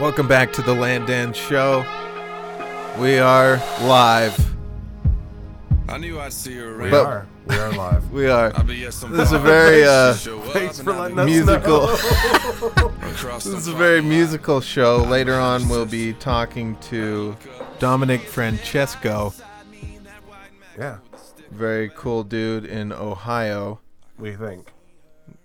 Welcome back to the Landan Show. We are live. I knew I'd see her We around. But- are. We are live. We are. I'll be at some This is a bar. very, uh, She'll show up Thanks and for I'll letting be us Musical. across This the is a bar. very musical show. Later on, we'll be talking to Dominic Francesco, Yeah, very cool dude in Ohio. we think.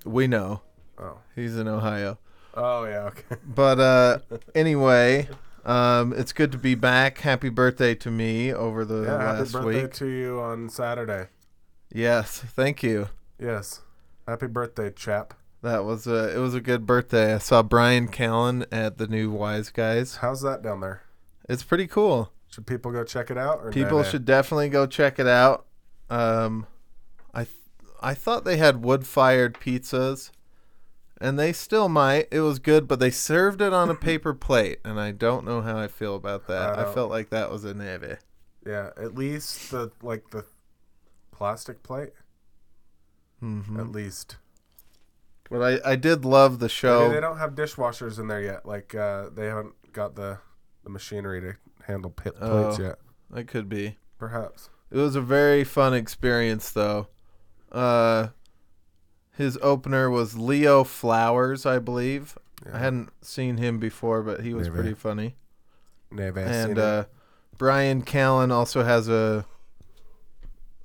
We know Oh. he's in Ohio. Oh, yeah, okay. But uh, anyway, um, it's good to be back. Happy birthday to me over the Yeah, happy last birthday week. to you on Saturday. Yes, thank you. Yes. Happy birthday, chap. That was a it was a good birthday. I saw Brian Callen at the new Wise Guys. How's that down there? It's pretty cool. Should people go check it out? Or People nah, nah? should definitely go check it out. Um, I th- I thought they had wood fired pizzas, and they still might. It was good, but they served it on a paper plate, and I don't know how I feel about that. I I, don't- felt like that was a navy. Yeah, at least the, like, the plastic plate. hmm At least. But I I did love the Maybe they show. don't have dishwashers in there yet. Like, uh, they haven't got the, the machinery to handle pit plates Oh. yet. It could be. Perhaps. It was a very fun experience, though. Uh, his opener was Leo Flowers, I believe. I Yeah. hadn't seen him before, but he was Maybe. pretty funny. Nave and uh, Brian Callen also has a,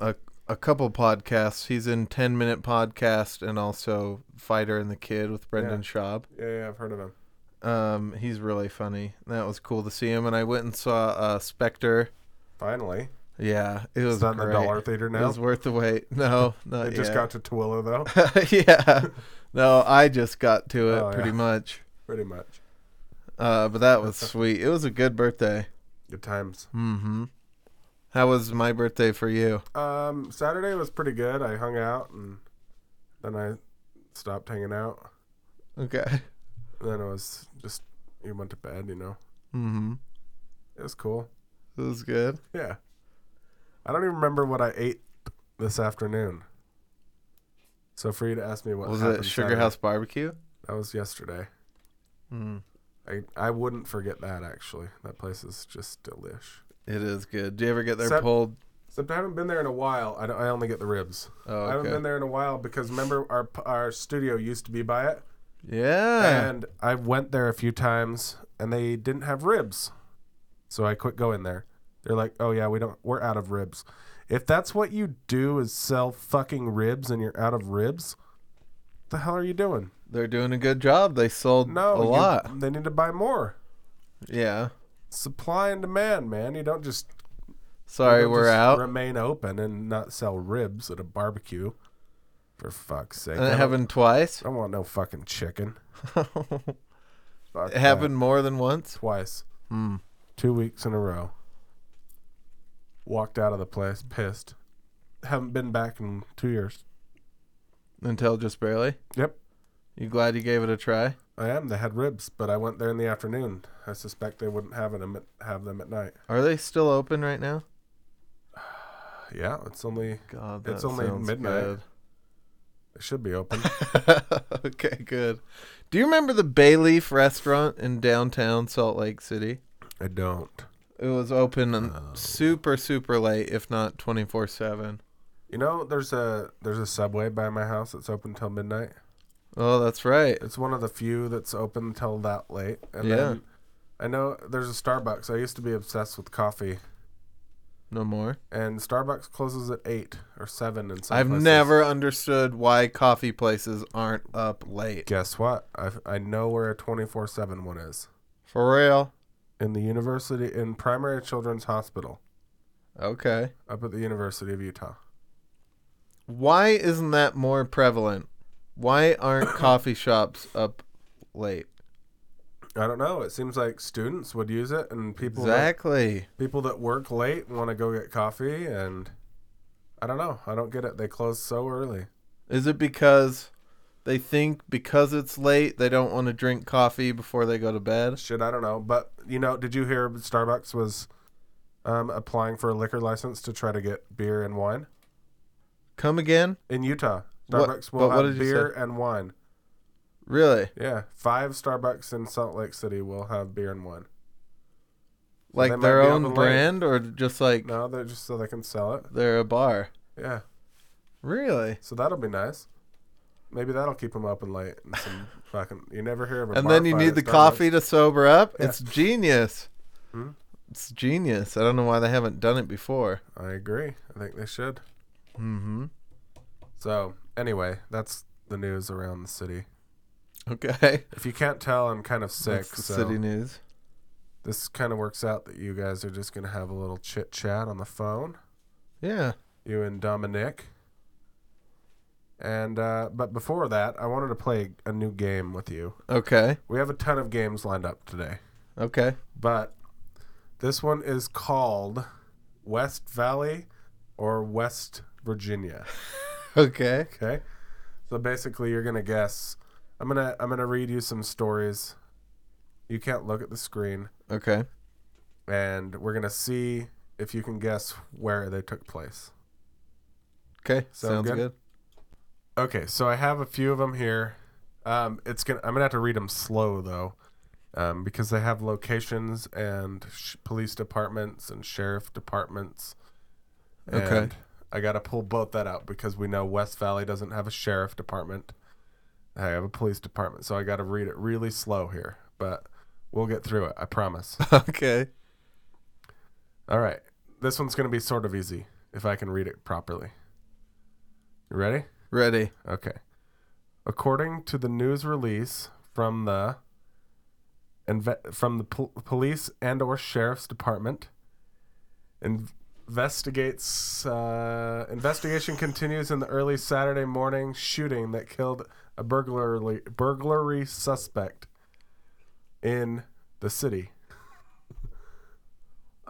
a a couple podcasts. He's in Ten Minute Podcast and also Fighter and the Kid with Brendan Schaub. yeah, yeah, I've heard of him. Um, he's really funny. That was cool to see him. And I went and saw uh, Spectre. Finally. Yeah, it was Is that in the great. dollar theater It now? was worth the wait. No, not They just yet. got to Twilla though, yeah. No, I just got to it Oh, yeah. pretty much. pretty much. Uh, but that was sweet. It was a good birthday. Good times. Mm-hmm. How was my birthday for you? Um, Saturday was pretty good. I hung out and then I stopped hanging out. Okay. And then it was just you went to bed. You know, Mm-hmm. it was cool. It was good. Yeah. I don't even remember what I ate this afternoon. So for you to ask me what was happened it Sugar Saturday- House Barbecue? That was yesterday. Mm. I I wouldn't forget that actually. That place is just delish. It is good. Do you ever get there Sep- pulled? Except I haven't been there in a while. I don't, I only get the ribs. Oh, I haven't okay. been there in a while because remember our our studio used to be by it, Yeah. and I went there a few times and they didn't have ribs, so I quit going there. They're like, "Oh yeah, we don't. We're out of ribs." If that's what you do is sell fucking ribs and you're out of ribs, what the hell are you doing? They're doing a good job. They sold No, a you- lot. They need to buy more. Yeah. Supply and demand, man. You don't just you Sorry, don't we're just out. Remain open and not sell ribs at a barbecue. For fuck's sake, and I it don't- happened twice. I don't want no fucking chicken. it Fuck that. happened more than once. twice, Mm. two weeks in a row. Walked out of the place, pissed. Haven't been back in two years. Until just barely. Yep, You glad you gave it a try? I am. They had ribs, but I went there in the afternoon. I suspect they wouldn't have them at, have them at night. Are they still open right now? Yeah, it's only God, It's that only sounds midnight. it should be open. good. okay, good. Do you remember the Bay Leaf restaurant in downtown Salt Lake City? I don't. It was open and Oh. super, super late, if not twenty four seven. You know, there's a there's a subway by my house that's open till midnight. Oh, that's right. It's one of the few that's open till that late. And Yeah. then I know there's a Starbucks. I used to be obsessed with coffee. No more. and Starbucks closes at eight or seven. And I've never understood why coffee places aren't up late. Guess what? I I know where a twenty four seven one is For real. in the university in Primary Children's Hospital Okay. up at the University of Utah. Why isn't that more prevalent? Why aren't coffee shops up late? I don't know. It seems like students would use it, and people that, Exactly. people that work late want to go get coffee, and I don't know. I don't get it. They close so early. Is it because they think because it's late they don't want to drink coffee before they go to bed? Shit, I don't know. But you know, did you hear Starbucks was um, applying for a liquor license to try to get beer and wine? Come again? in Utah. What- Starbucks but will what have did you beer and wine. Really? Yeah, five Starbucks in Salt Lake City will have beer in one. they Like might their be own open late. brand or just like No, they're just so they can sell it. they're a bar? Yeah, Really? so that'll be nice. Maybe that'll keep them up and late. And some fucking, you never hear of a And bar then you fight need at the Starbucks. coffee to sober up? Yeah. It's genius. Hmm. It's genius. I don't know why they haven't done it before. I agree. I think they should. Mm-hmm. So anyway, that's the news around the city. Okay. If you can't tell, I'm kind of sick. That's the so city news. this kind of works out that you guys are just gonna have a little chit chat on the phone, Yeah. you and Dominic. And uh, but before that, I wanted to play a new game with you. Okay. We have a ton of games lined up today, Okay. but this one is called West Valley or West Virginia. Okay. Okay. So basically you're gonna guess. I'm gonna I'm gonna read you some stories. You can't look at the screen, Okay. and we're gonna see if you can guess where they took place. Okay. Sound Sounds good? good. Okay, so I have a few of them here. Um, it's gonna I'm gonna have to read them slow though, um, because they have locations and sh- police departments and sheriff departments. Okay. And I gotta pull both that out because we know West Valley doesn't have a sheriff department. I have a police department, so I gotta read it really slow here, but we'll get through it. I promise. Okay. All right, this one's gonna be sort of easy if I can read it properly. You ready? Ready. Okay. According to the news release from the inve- from the pol- police and or sheriff's department, investigates uh, investigation continues in the early Saturday morning shooting that killed a burglary burglary suspect in the city.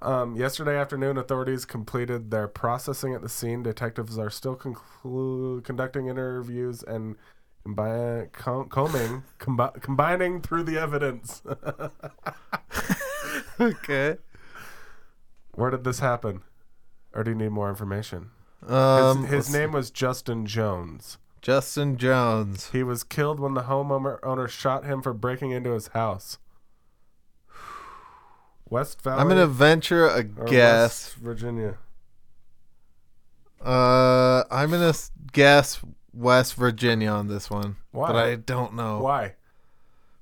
Um, yesterday afternoon, authorities completed their processing at the scene. Detectives are still conclu- conducting interviews and combi- com- combing, combi- combining through the evidence. Okay. Where did this happen? Or do you need more information? His, Um, his let's- name was Justin Jones. Justin Jones. He was killed when the homeowner owner shot him for breaking into his house. West Valley. I'm gonna venture a or guess. West Virginia. Uh, I'm gonna s- guess West Virginia on this one, Why? but I don't know. Why?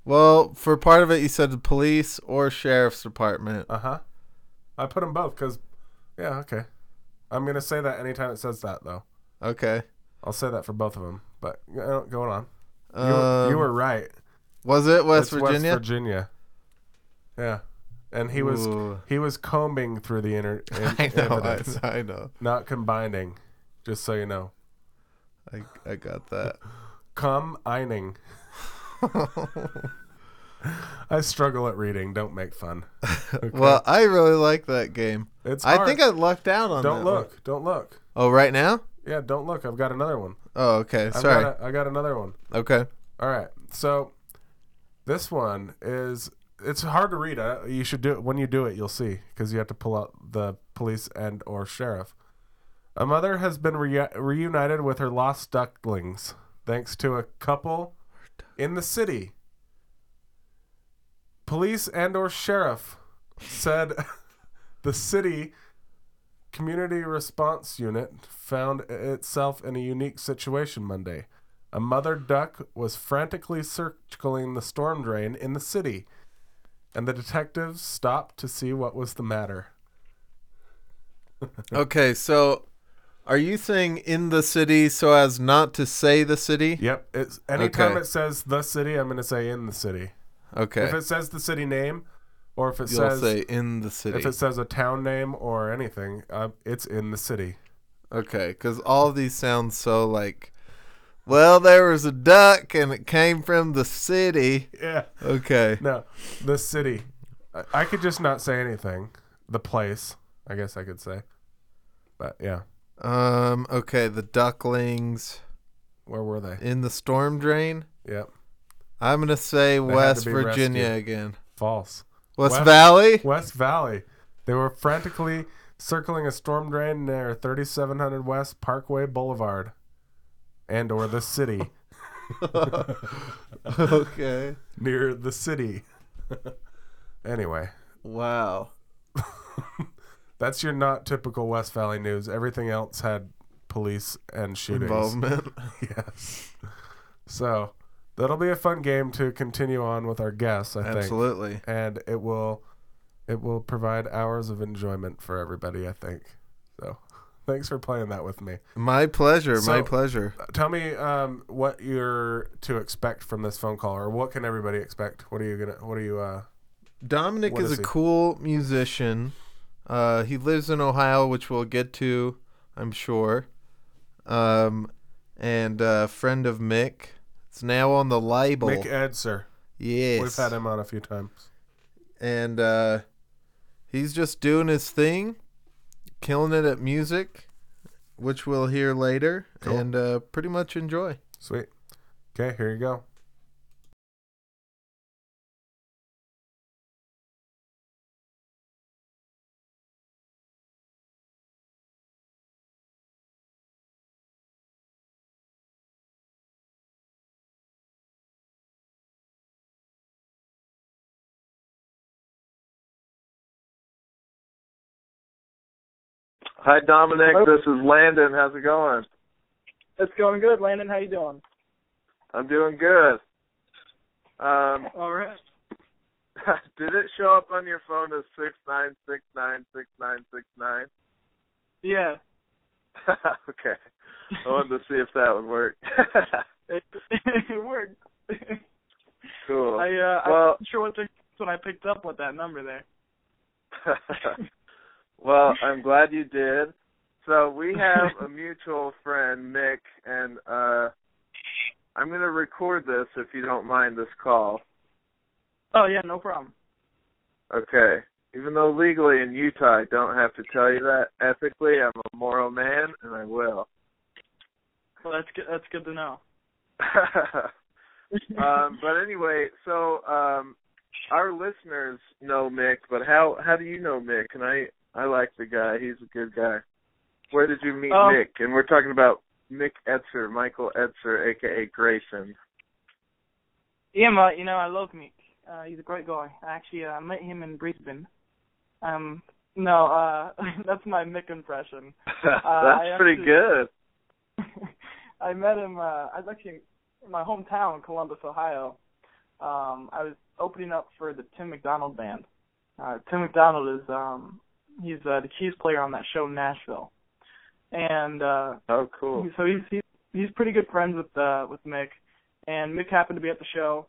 Well, for part of it, you said the police or sheriff's department. Uh huh. I put them both because, yeah, okay. I'm gonna say that anytime it says that though. Okay. I'll say that for both of them. But uh, going on, you, were- Um, you were right. Was it West It's Virginia? West Virginia. Yeah, and he was Ooh. he was combing through the inner in- I know. I, evidence, I know. not combining. Just so you know, I, I got that. combining. I struggle at reading. Don't make fun. Okay? Well, I really like that game. it's I think I lucked out on don't that one. look. Don't look. Oh, right now? Yeah, don't look. I've got another one. Oh, okay. I've Sorry. Got a, I got another one. Okay. All right. So this one is it's hard to read. Uh, you should do it when you do it. You'll see because you have to pull out the police and or sheriff. A mother has been rea- reunited with her lost ducklings thanks to a couple in the city. Police and or sheriff said the city community response unit found itself in a unique situation Monday. A mother duck was frantically circling the storm drain in the city, and the detectives stopped to see what was the matter. Okay. So, are you saying in the city so as not to say the city? Yep. It's anytime Okay. it says the city, I'm gonna say in the city. Okay. If it says the city name, or if it You'll says say in the city. if Okay, it 'cause says a town name or anything, uh, it's in the city. okay, because all these sound so like. Well, there was a duck, and it came from the city. Yeah. Okay. No, the city. I, I could just not say anything. The place, I guess I could say. But yeah, Um. Okay. The ducklings where were they? in the storm drain. Yep. I'm gonna say to West be Virginia rescued. again. False. West, West- Valley. West Valley. They were frantically circling a storm drain near 3700 West Parkway Boulevard and or the city. okay. near the city. anyway, Wow. that's your not typical West Valley news. Everything else had police and shootings. Involvement. Yes. So that'll be a fun game to continue on with our guests, I think. Absolutely. And it will it will provide hours of enjoyment for everybody, I think. So thanks for playing that with me. My pleasure. my So- pleasure. Tell me um, what you're to expect from this phone call, or what can everybody expect? What are you gonna? What are you? Uh, Dominic What is, is a he? cool musician. Uh, he lives in Ohio, which we'll get to, I'm sure. Um, and uh, friend of Mick. It's now on the label. Mick Edser. yes. We've had him on a few times. and uh, he's just doing his thing, killing it at music, which we'll hear later, Cool. and uh, pretty much enjoy. Sweet. Okay, here you go. Hi, Dominic. Hello. This is Landon. How's it going? It's going good, Landon. How you doing? I'm doing good. Um, All right. did it show up on your phone as six nine six nine six nine six nine? Yeah. Okay. I wanted to see if that would work. It, it worked. cool. I uh I'm Well- not sure what the when I picked up with that number there. well, I'm glad you did. So we have a mutual friend, Nick, and uh, I'm going to record this if you don't mind this call. Oh yeah, no problem. Okay. Even though legally in Utah I don't have to tell you that, ethically I'm a moral man and I will. Well that's good that's good to know. um, but anyway, so um, our listeners know Mick, but how how do you know Mick? And I I like the guy; he's a good guy. Where did you meet Um, Mick? And we're talking about Mick Etzer, Michael Etzer, aka Grayson. yeah, ma, you know, I love Mick. Uh he's a great guy. I actually uh met him in Brisbane. Um no, uh that's my Mick impression. Uh, That's I pretty actually- good. I met him. Uh, I was actually in my hometown, Columbus, Ohio. Um, I was opening up for the Tim McDonald band. Uh, Tim McDonald is um, he's uh, the keys player on that show Nashville, and uh, Oh, cool. so he's, he's he's pretty good friends with uh, with Mick, and Mick happened to be at the show,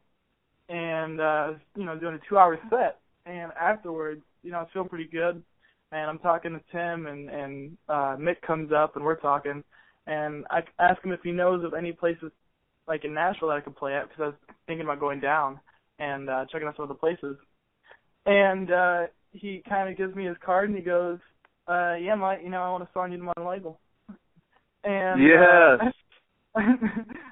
and uh, you know doing a two hour set, and afterwards, you know I was feeling pretty good, and I'm talking to Tim, and and uh, Mick comes up, and we're talking, and I ask him if he knows of any places like in Nashville that I could play at because I was thinking about going down and uh, checking out some of the places, and uh, he kind of gives me his card, and he goes, uh, "Yeah, my, you know I want to sign you to my label." And Yes. uh,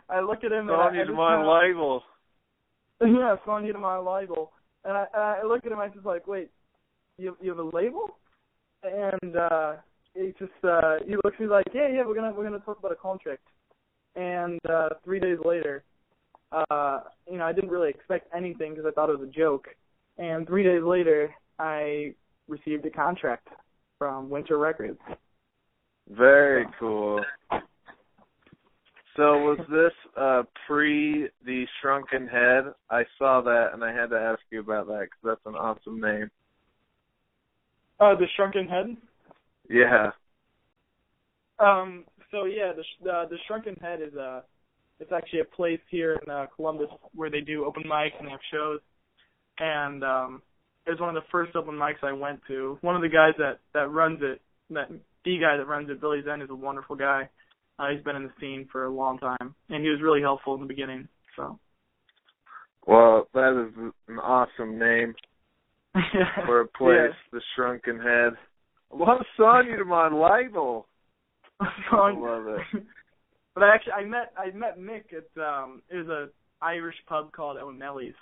I look at him and I, I Sonny's just my kinda- label. yeah, it's on you to my label. And I, and I look at him, I just like, wait, you you have a label? And uh he just uh he looks at me like, yeah, yeah, we're gonna we're gonna talk about a contract. And uh three days later, uh, you know, I didn't really expect anything because I thought it was a joke. And three days later, I received a contract from Winter Records. Very cool. So was this uh pre the Shrunken Head? I saw that and I had to ask you about that because that's an awesome name. Uh, the Shrunken Head. Yeah. Um. So yeah, the sh- the, the Shrunken Head is uh it's actually a place here in uh, Columbus where they do open mics and they have shows, and um, it was one of the first open mics I went to. One of the guys that that runs it, that the guy that runs it, Billy Zen, is a wonderful guy. Uh, he's been in the scene for a long time, and he was really helpful in the beginning. So. Well, that is an awesome name for a place, the Shrunken Head. I love Sonya to my label. Yeah. I love it. but I actually I met I met Mick at um it was a Irish pub called O'Malley's.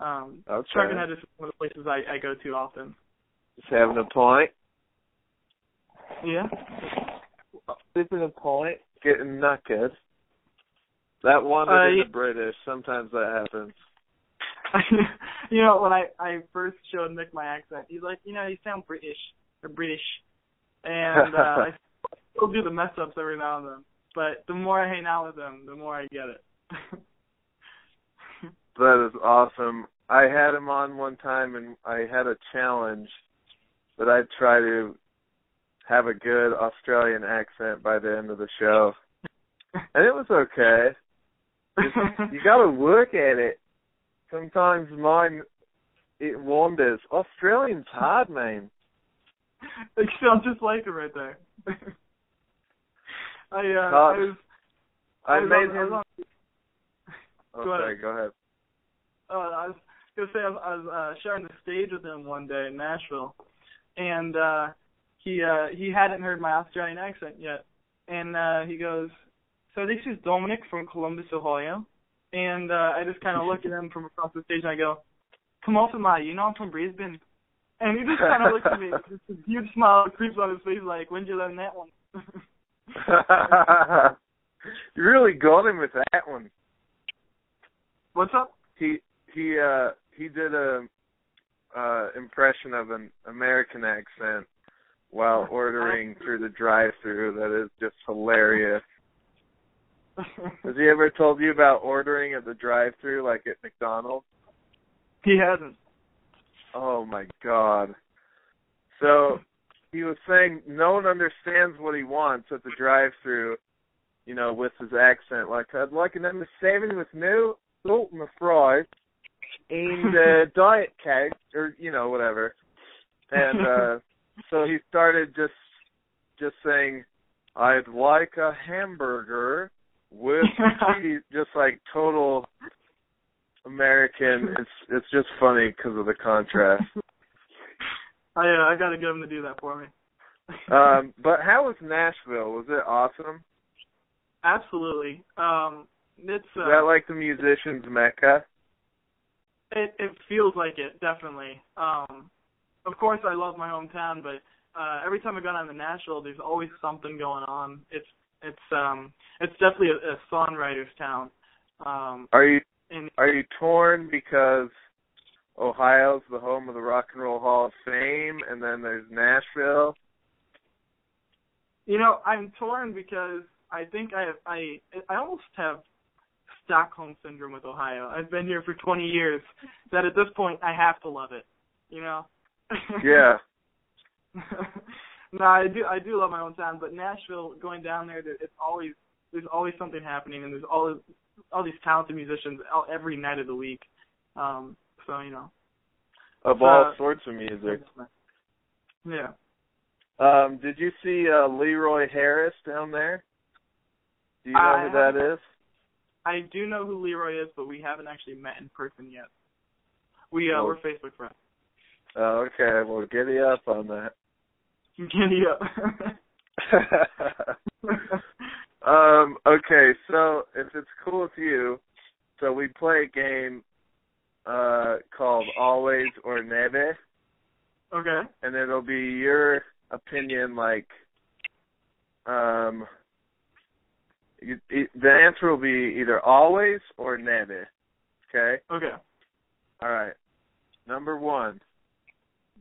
Um Okay. Sharkenhead is one of the places I, I go to often. Just having a point. Yeah. Sleeping a point. Getting knackered. That wandered Uh, in yeah. the British. Sometimes that happens. you know, when I I first showed Nick my accent, he's like, you know, you sound British or British, and uh, I still do the mess ups every now and then. But the more I hang out with him, the more I get it. That is awesome. I had him on one time, and I had a challenge that I'd try to have a good Australian accent by the end of the show, and it was okay. You got to work at it. Sometimes mine it wanders. Australian's hard, man. It sounds just like it right there. I uh, Todd, I was I, was made on- I him. was on oh, go ahead. sorry, go ahead. uh, I was gonna say I was, I was uh, sharing the stage with him one day in Nashville, and uh, he uh, he hadn't heard my Australian accent yet, and uh, he goes, "So this is Dominic from Columbus, Ohio," and uh, I just kind of look at him from across the stage and I go, "Come off of my, you know I'm from Brisbane," and he just kind of looks at me, with this huge smile creeps on his face, like, "When'd you learn that one?" you really got him with that one. What's up? he he uh he did a uh impression of an American accent while ordering through the drive through that is just hilarious. Has he ever told you about ordering at the drive through like at McDonald's? he hasn't. Oh my god. So he was saying no one understands what he wants at the drive through, you know, with his accent. Like I'd like an number seven with no salt in the fries and uh diet coke or you know, whatever. And uh so he started just just saying, I'd like a hamburger with cheese just like total American. It's it's just funny because of the contrast. I uh, I gotta get him to do that for me. Um, but how was Nashville? Was it awesome? Absolutely. Um, it's Is uh, that like the musicians' mecca? it it feels like it definitely. Um, of course, I love my hometown, but uh, every time I go down to Nashville, there's always something going on. It's it's um it's definitely a, a songwriter's town. Um, Are you and are you torn because Ohio's the home of the Rock and Roll Hall of Fame, and then there's Nashville? you know I'm torn because I think I I I almost have Stockholm syndrome with Ohio. I've been here for 20 years. That at this point I have to love it. You know. Yeah, no, I do I do love my hometown, but Nashville, going down there, there- it's always there's always something happening, and there's all all these talented musicians all, every night of the week. Um, so you know, of all Uh, sorts of music. yeah, Um, did you see uh, Leroy Harris down there? Do you know I who that is? I do know who Leroy is, but we haven't actually met in person yet. We uh, Well- we're Facebook friends. Oh, okay, well, giddy up on Giddy up. that. Um, okay, so if it's cool with you, so we play a game uh called Always or Never okay. and it'll be your opinion like um you, it, the answer will be either always or never. Okay? Okay. All right. Number 1.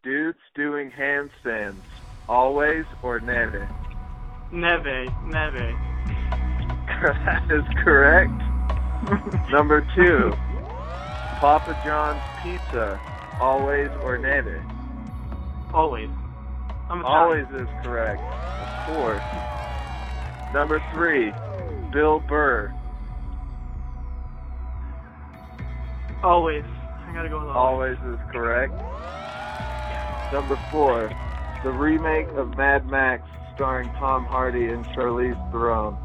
Dudes doing handstands. Always or never. Neve, Neve. that is correct. Number two, Papa John's Pizza, always or never. Always. I'm Italian. Always is correct, of course. Number three, Bill Burr, Always. I gotta go with always. always is correct. Number four, the remake of Mad Max starring Tom Hardy and Charlize Theron,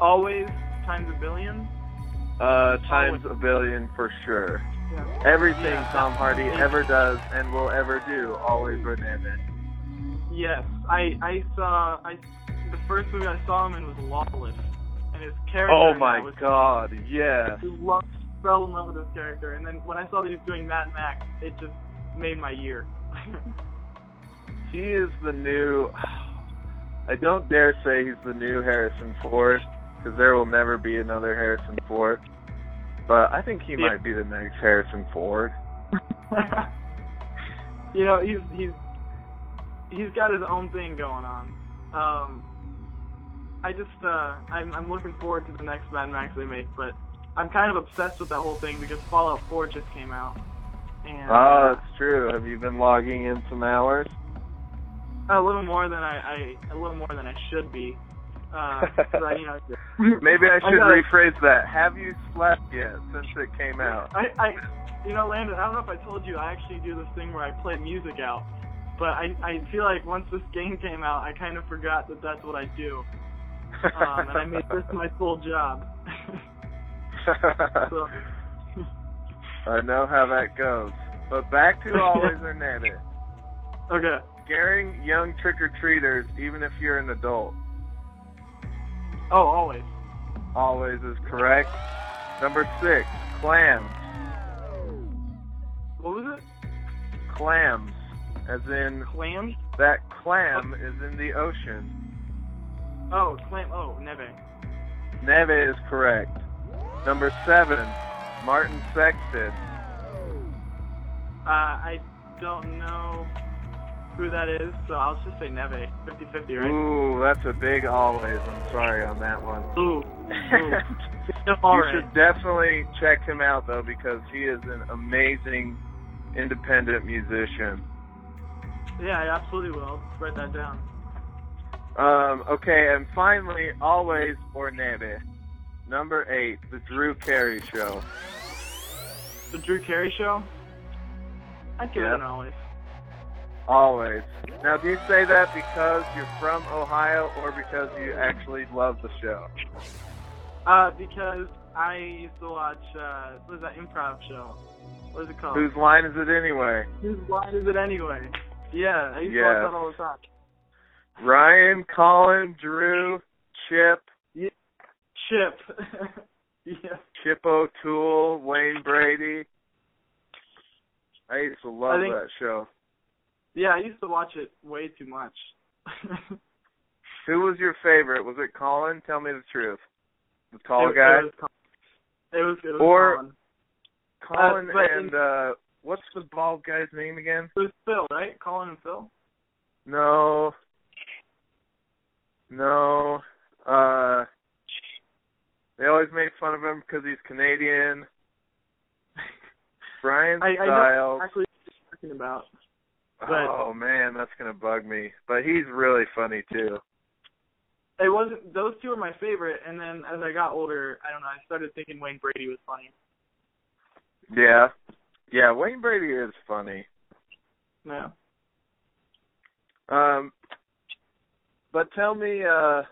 Always times a billion. uh, times a billion for sure. Yeah. Everything Yeah. Tom Hardy ever does and will ever do, always or never. Yes, I I saw I the first movie I saw him in was Lawless, and his character. Oh in my that was, god, yeah. I loved, fell in love with his character, and then when I saw that he was doing Mad Max, it just made my year. He is the new I don't dare say he's the new Harrison Ford, because there will never be another Harrison Ford. But I think he Yeah. might be the next Harrison Ford. you know, he's he's he's got his own thing going on. Um, I just uh, I'm I'm looking forward to the next Mad Max they make, but I'm kind of obsessed with that whole thing because Fallout 4 just came out. And, Oh, that's true. Have you been logging in some hours? a little more than I, I a little more than I should be. Uh, 'cause I, you know, Maybe I should gotta- rephrase that. Have you slept yet since it came out? I, I, you know, Landon, I don't know if I told you, I actually do this thing where I play music out. But I, I feel like once this game came out, I kind of forgot that that's what I do, um, and I made this my full job. so, I know how that goes. But back to always or never. okay, Scaring young trick or treaters, even if you're an adult, oh, always. always is correct. Number six, clams. What was it? Clams, as in Clam? that clam is in the ocean. Oh, clam. Oh, neve. Neve is correct. Number seven, Martin Sexton. Uh, I don't know who that is, so I'll just say neve. 50-50, right? Ooh, that's a big always. I'm sorry on that one. Ooh. Ooh. you Alright. should definitely check him out though because he is an amazing independent musician. Yeah, I absolutely will. Write that down. Um, okay, and finally, always or never. Number eight, the Drew Carey Show. The Drew Carey Show? I'd give Yeah. it an always. Always. Now, do you say that because you're from Ohio or because you actually love the show? Uh, because I used to watch, uh, what is that improv show? What is it called? Whose line is it anyway? Whose line is it anyway? Yeah, I used Yeah. to watch that all the time. Ryan, Colin, Drew, Chip, Chip. yeah. Chip O'Toole, Wayne Brady. I used to love I think- that show. Yeah, I used to watch it way too much. Who was your favorite? Was it Colin? Tell me the truth. The tall it, guy? It was, it was, it was Or- Colin. Colin uh, but in- and uh what's the bald guy's name again? It was Phil, right? Colin and Phil? No. No. Uh they always make fun of him because he's Canadian. Brian I, I know Stiles. actually what you're talking about. but- oh man, that's gonna bug me. But he's really funny too. it wasn't those two were my favorite and then as i got older i don't know i started thinking wayne brady was funny Yeah. Yeah, Wayne Brady is funny. yeah Um, but tell me, uh,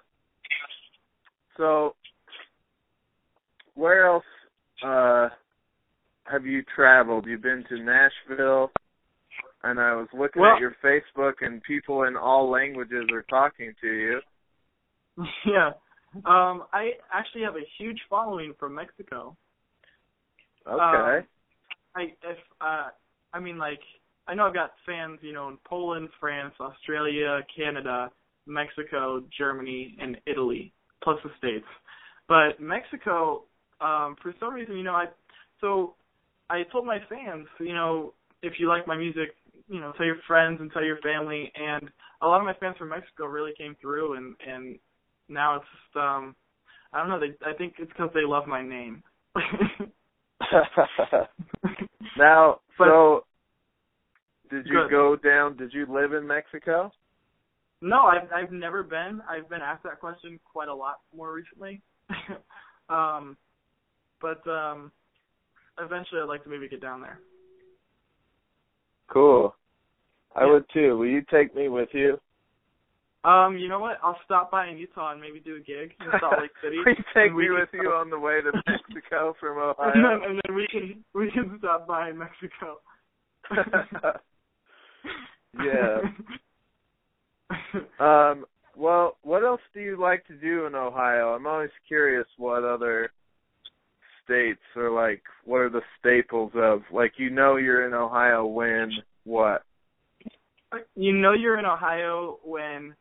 so where else uh, have you traveled? You've been to Nashville, and I was looking Well- at your Facebook, and people in all languages are talking to you. yeah um i actually have a huge following from mexico Okay. Um, i if uh i mean like i know i've got fans you know in poland france australia canada mexico germany and italy plus the states but mexico um for some reason you know i so i told my fans you know if you like my music you know tell your friends and tell your family and a lot of my fans from mexico really came through and and now it's just um i don't know they i think it's because they love my name now, but- so did you Good. go down? Did you live in Mexico? No, I've I've never been. I've been asked that question quite a lot more recently. um, but um, eventually, I'd like to maybe get down there. Cool. I Yeah. would too. Will you take me with you? Um, you know what? I'll stop by in Utah and maybe do a gig in Salt Lake City. Please take and we me can with you stop- on the way to Mexico from and Ohio. then, and then we can we can stop by in Mexico. yeah. Um. Well, what else do you like to do in Ohio? I'm always curious what other states are like. What are the staples of? Like, you know, you're in Ohio when what? you know you're in Ohio when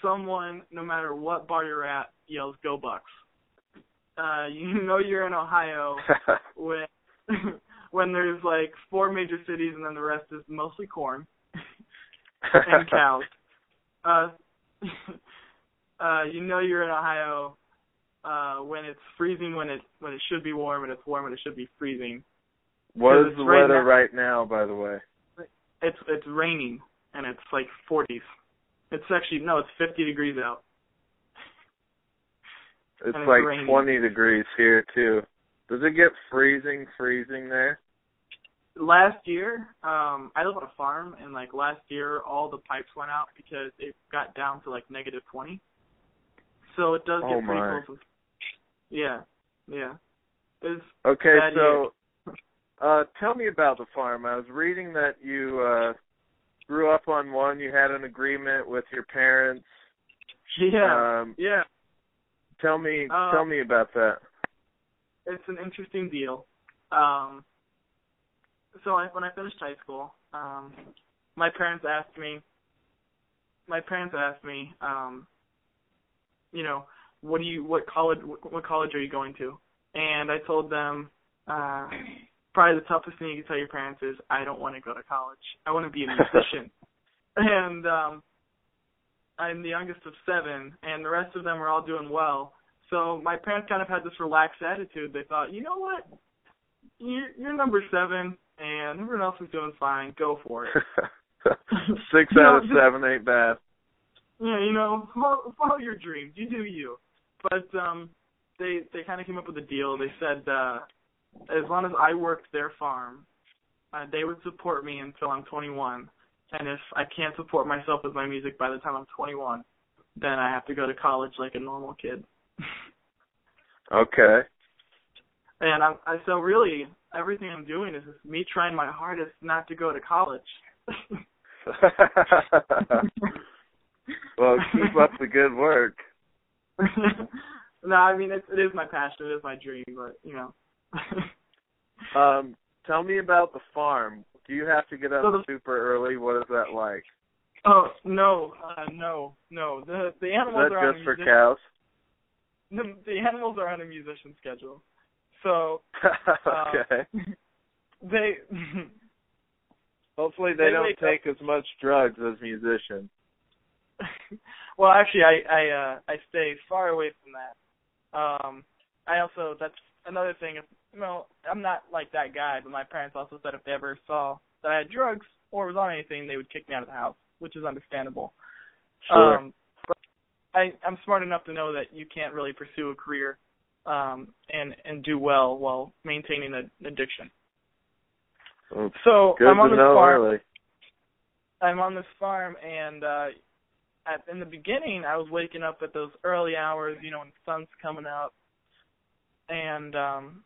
someone, no matter what bar you're at, yells "Go Bucks." uh, you know you're in Ohio when when there's like four major cities and then the rest is mostly corn and cows. Uh, uh, you know you're in Ohio uh, when it's freezing when it when it should be warm and it's warm when it should be freezing. what Because is the it's right weather now- right now, by the way? It's it's raining and it's like 40s. It's actually no, it's 50 degrees out. It's And it's like raining. 20 degrees here too. Does it get freezing, freezing there? last year, um, I live on a farm, and like last year, all the pipes went out because it got down to like negative twenty. So it does Oh, get pretty my. close. Yeah, yeah. It's Okay, Bad so uh tell me about the farm. I was reading that you uh grew up on one. You had an agreement with your parents. yeah, Um yeah. tell me Uh, tell me about that. It's an interesting deal. Um, so I, when I finished high school, um, my parents asked me. My parents asked me, um, you know, what do you what college what, what college are you going to? And I told them uh probably the toughest thing you can tell your parents is I don't want to go to college. I want to be a musician. and um I'm the youngest of seven and the rest of them are all doing well. So my parents kind of had this relaxed attitude. They thought, "You know what? You're, you're number 7 and everyone else is doing fine. Go for it." Six No, out of just- seven ain't bad. yeah, you know, follow, follow your dreams. You do you. But um they they kind of came up with a deal. They said uh as long as I worked their farm, uh, they would support me until I'm 21. And if I can't support myself with my music by the time I'm 21, then I have to go to college like a normal kid. Okay. And I'm I so really everything I'm doing is just me trying my hardest not to go to college. well, keep up the good work. no, I mean it, it is my passion, it is my dream, but you know. Um, tell me about the farm. Do you have to get up So the- super early? What is that like? Oh no, uh, no, no. The the Is animals are that on a just for music- cows? the, the animals are on a musician schedule, so uh, okay. they Hopefully they they, don't wake take as much drugs as musicians. well actually I I uh, I stay far away from that. Um, I also that's another thing. If, you know, I'm not like that guy, but my parents also said if they ever saw that I had drugs or was on anything, they would kick me out of the house, which is understandable. Sure. Um, but I, I'm smart enough to know that you can't really pursue a career um, and and do well while maintaining an addiction. Well, So Good I'm on to this know farm. early. I'm on this farm, and uh, at, in the beginning, I was waking up at those early hours, you know, when the sun's coming up, and um,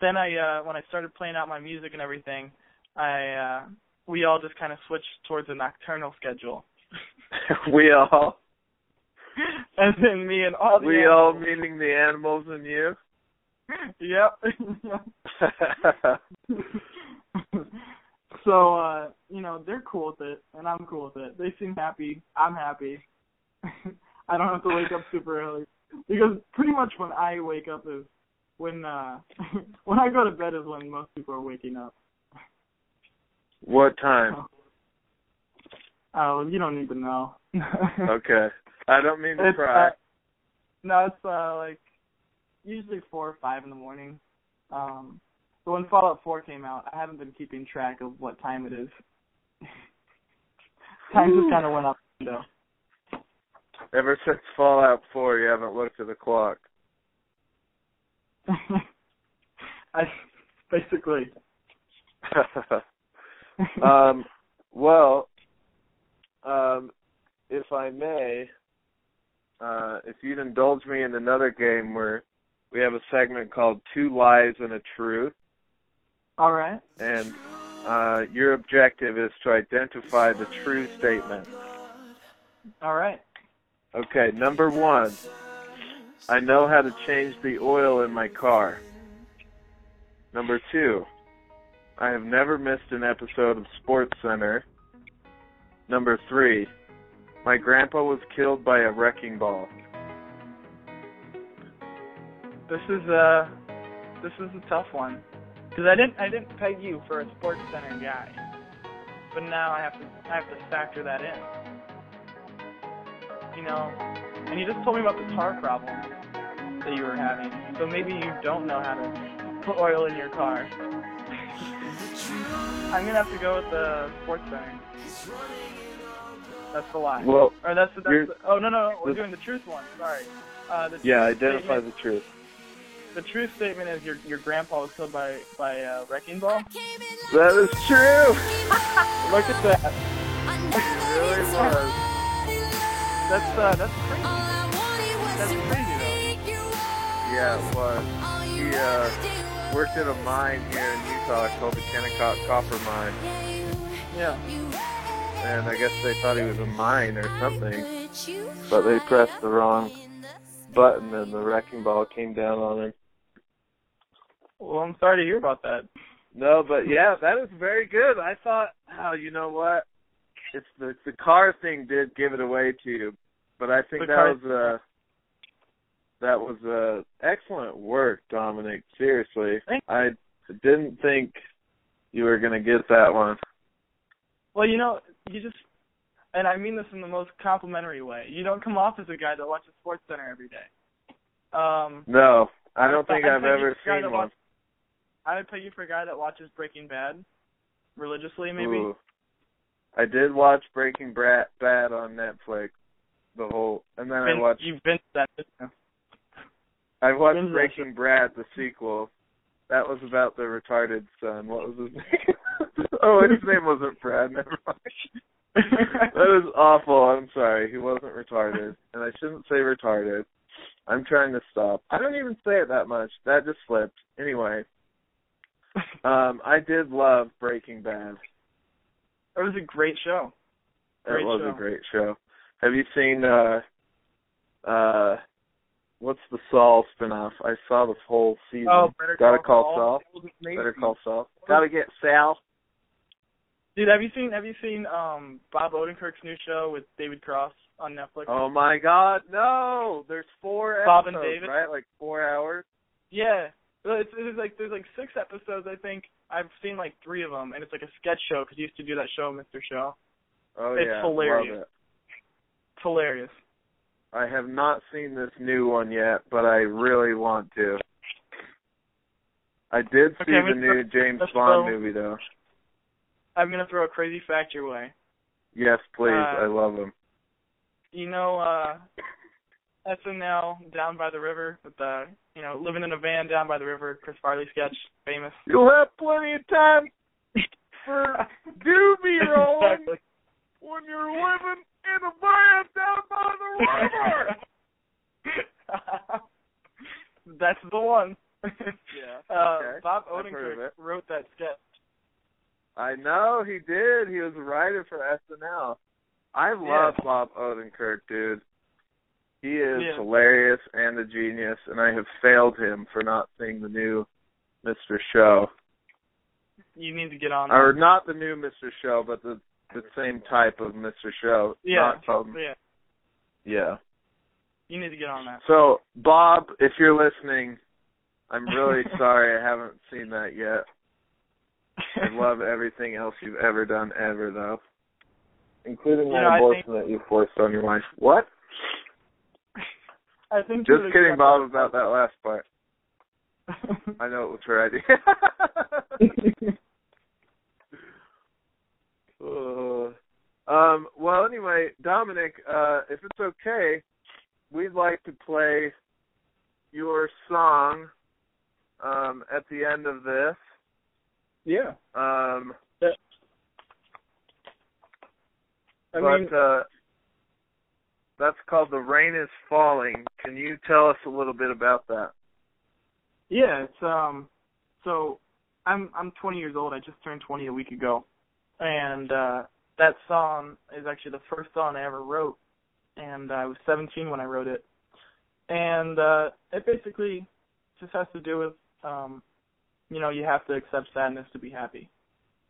then I, uh, when I started playing out my music and everything, I uh, we all just kind of switched towards a nocturnal schedule, we all, and then me and all the we all animals- meaning the animals and you. yep. so uh, you know, they're cool with it and I'm cool with it. They seem happy, I'm happy. I don't have to wake up super early. Because pretty much when I wake up is when uh when I go to bed is when most people are waking up. what time? Oh, you don't need to know. Okay. I don't mean to It's, pry. uh, no, it's uh like usually four or five in the morning. Um but when Fallout four came out, I haven't been keeping track of what time it is. time just kinda went up the window. Ever since Fallout 4, you haven't looked at the clock. I basically Uh, um, well, um, if I may, uh, if you'd indulge me in another game where we have a segment called Two Lies and a Truth, all right. and uh, your objective is to identify the true statement. All right. Okay, number one, I know how to change the oil in my car. Number two, I have never missed an episode of Sports Center. Number three, my grandpa was killed by a wrecking ball. This is uh this is a tough one because I didn't I didn't peg you for a sports center guy, but now I have to I have to factor that in. You know, and you just told me about the tar problem that you were having, so maybe you don't know how to put oil in your car. I'm gonna have to go with the sports center. That's the lie. Well, or that's the, you're- that's the oh no no no, we're this- doing the truth one. Sorry. Uh, the yeah, truth identify statement- the truth. the truth statement is your your grandpa was killed by by a wrecking ball. That is true. Look at that. Really was. That's uh that's crazy. That's crazy Yeah, it was. He uh, worked at a mine here in Utah called the Kennecott Copper Mine, though. Yeah. and I guess they thought he was a mine or something, but they pressed the wrong button and the wrecking ball came down on him. Well, I'm sorry to hear about that. No, but yeah, that is very good. I thought, oh, you know what? It's the the car thing did give it away to you, but I think The that car- was uh that was uh excellent work, Dominic. Seriously, Thank- I didn't think you were gonna get that one. Well, you know, you just and I mean this in the most complimentary way. You don't come off as a guy that watches Sports Center every day. Um No, I don't I- think I I've think ever it's a guy seen that one. watches- I would pay you for a guy that watches Breaking Bad religiously maybe. Ooh. I did watch Breaking Bra- Bad on Netflix, the whole, and then I Been- watched You've been that. I watched When's that Breaking Brad, the sequel. That was about the retarded son. What was his name? oh, his name wasn't Brad. Never mind. That is awful. I'm sorry. He wasn't retarded, and I shouldn't say retarded. I'm trying to stop. I don't even say it that much. That just slipped. Anyway, um, I did love Breaking Bad. It was a great show. it Great was show. a great show. Have you seen uh uh what's the Saul spinoff? I saw this whole season. Oh, better Gotta call, call Saul. Saul. That was amazing. Better call Saul. Gotta get Sal. Dude, have you seen have you seen um Bob Odenkirk's new show with David Cross on Netflix? Oh my God, no! There's four episodes, Bob and David? right? Like four hours. Yeah. Well, It's, it's like there's like six episodes I think. I've seen like three of them, and it's like a sketch show because he used to do that show, Mr. Show. Oh It's yeah, hilarious. Love it. It's hilarious. I have not seen this new one yet, but I really want to. I did see Okay, the Mr. new James Let's Bond go. movie though. I'm gonna throw a crazy fact your way. Yes, please. Uh, I love him. You know, uh SNL down by the river with the you know living in a van down by the river, Chris Farley sketch, famous. You'll have plenty of time for doobie rolling Exactly. when you're living in a van down by the river. That's the one. Yeah, Uh, okay. Bob I've heard of Odenkirk it. wrote that sketch. I know he did. He was a writer for SNL. I love Bob Odenkirk, dude. He is Yeah. hilarious and a genius, and I have failed him for not seeing the new Mr. Show, You need to get on. or not the new Mr. Show, but the the same type of Mr. Show. yeah, Not from, yeah. yeah. You need to get on that. So, Bob, if you're listening, I'm really sorry I haven't seen that yet. I love everything else you've ever done ever, though, including You know, that I abortion that you forced on your wife. What? I think you Just would kidding, accept Bob, about that last part. that. I know it was her idea. Ugh. um, well, anyway, Dominic, uh, if it's okay, we'd like to play your song um, at the end of this. yeah. Um, I but mean, uh, that's called "The Rain Is Falling." Can you tell us a little bit about that? yeah, it's um so I'm I'm 20 years old. I just turned 20 a week ago. And uh that song is actually the first song I ever wrote and I was 17 when I wrote it. And uh it basically just has to do with um you know, you have to accept sadness to be happy.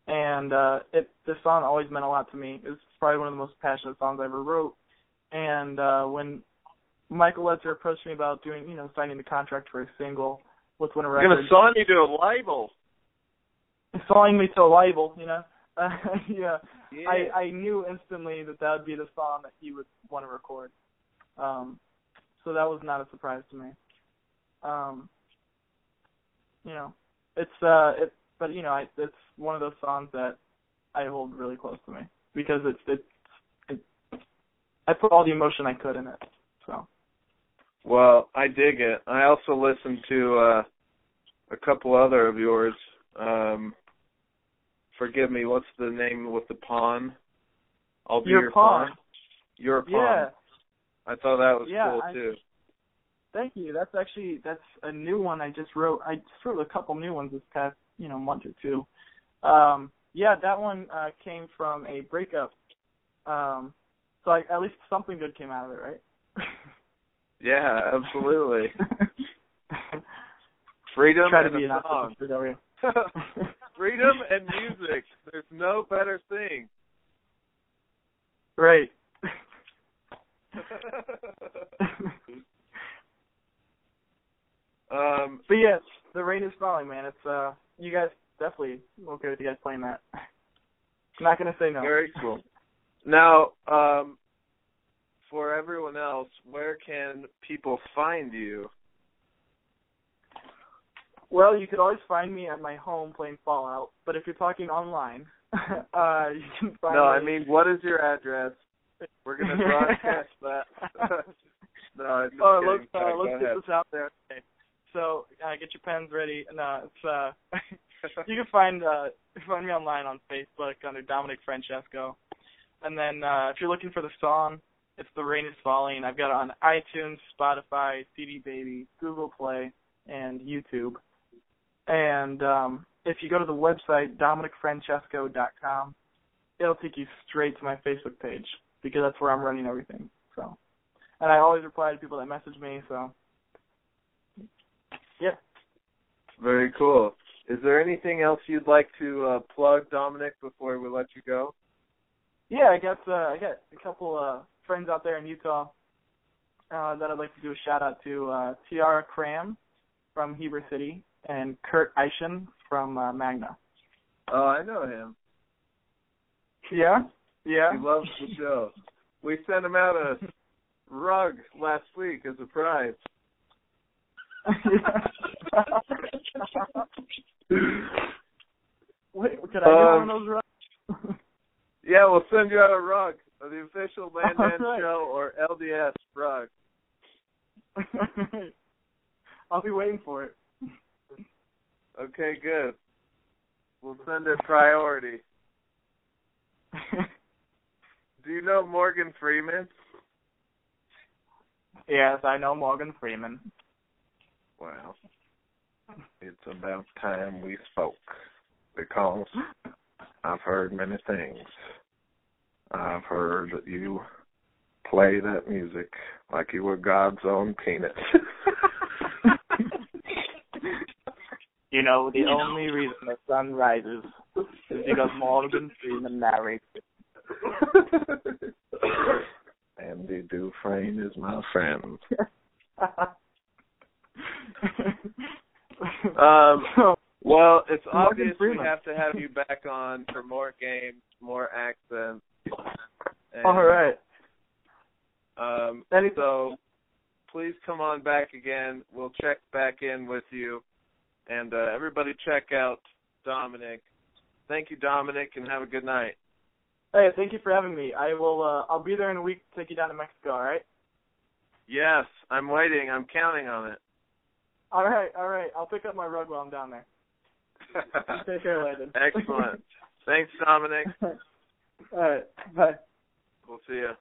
And uh it this song always meant a lot to me. It's probably one of the most passionate songs I ever wrote. And uh when Michael Letzer approached me about doing, you know, signing the contract for a single with Winter I'm gonna Records. sign you to a label. Signing me to a label, you know. Uh, yeah. Yeah. I, I knew instantly that that would be the song that he would want to record. Um, so that was not a surprise to me. Um, you know, it's uh, it, but you know, I, it's one of those songs that I hold really close to me because it's it's it, I put all the emotion I could in it. So Well, I dig it. I also listened to uh a couple other of yours. Um forgive me, what's the name with the pawn? I'll be Your your, Pawn. Your pawn. yeah, I thought that was Yeah, cool I- too. thank you. That's actually that's a new one I just wrote. I just wrote a couple new ones this past you know month or two. Um, yeah, that one uh, came from a breakup. Um, so I, at least something good came out of it, right? Yeah, absolutely. I'm Freedom Try to and be a an song. optimist over here. Freedom and music. There's no better thing. Right. um But yes, the rain is falling, man. It's uh, you guys definitely okay with you guys playing that. Not gonna say no. Very cool. Now, um, for everyone else, where can people find you? Well, you could always find me at my home playing Fallout, but if you're talking online, uh, you can find no, me. I mean, what is your address? We're gonna broadcast that. no, I'm just Oh, kidding. let's uh, Sorry, let's go get ahead. this out there. Okay. So uh, get your pens ready. No, it's uh, you can find uh, find me online on Facebook under Dominic Francesco, and then uh, if you're looking for the song, it's "The Rain Is Falling." I've got it on iTunes, Spotify, CD Baby, Google Play, and YouTube. And um, if you go to the website dominicfrancesco.com, it'll take you straight to my Facebook page because that's where I'm running everything. So, and I always reply to people that message me. So, yeah. Very cool. Is there anything else you'd like to uh, plug, Dominic, before we let you go? Yeah, I got uh, I got a couple uh friends out there in Utah uh that I'd like to do a shout out to uh Tiara Cram from Heber City and Kurt Eichen from uh, Magna. Oh, I know him. Yeah? Yeah. He loves the show. We sent him out a rug last week as a prize. Wait, could I get one Um, of those rugs? Yeah, we'll send you out a rug. The official Landman All right. Show or LDS rug. I'll be waiting for it. Okay, good. We'll send it priority. Do you know Morgan Freeman? yes, I know Morgan Freeman. Wow. It's about time we spoke because I've heard many things. I've heard that you play that music like you were God's own penis. You know, the only reason the sun rises is because Morgan Freeman narrates. Andy Dufresne is my friend. Um, Well, it's Oh. Morgan obvious we Freeman. have to have you back on for more games, more accents. And, all right. Um, Any- so please come on back again. We'll check back in with you. And uh, everybody check out Dominic. Thank you, Dominic, and have a good night. Hey, thank you for having me. I will. Uh, I'll be there in a week to take you down to Mexico. All right. Yes, I'm waiting. I'm counting on it. All right. All right. I'll pick up my rug while I'm down there. You take care, Landon. Excellent. Thanks, Dominic. all right. Bye. We'll see you.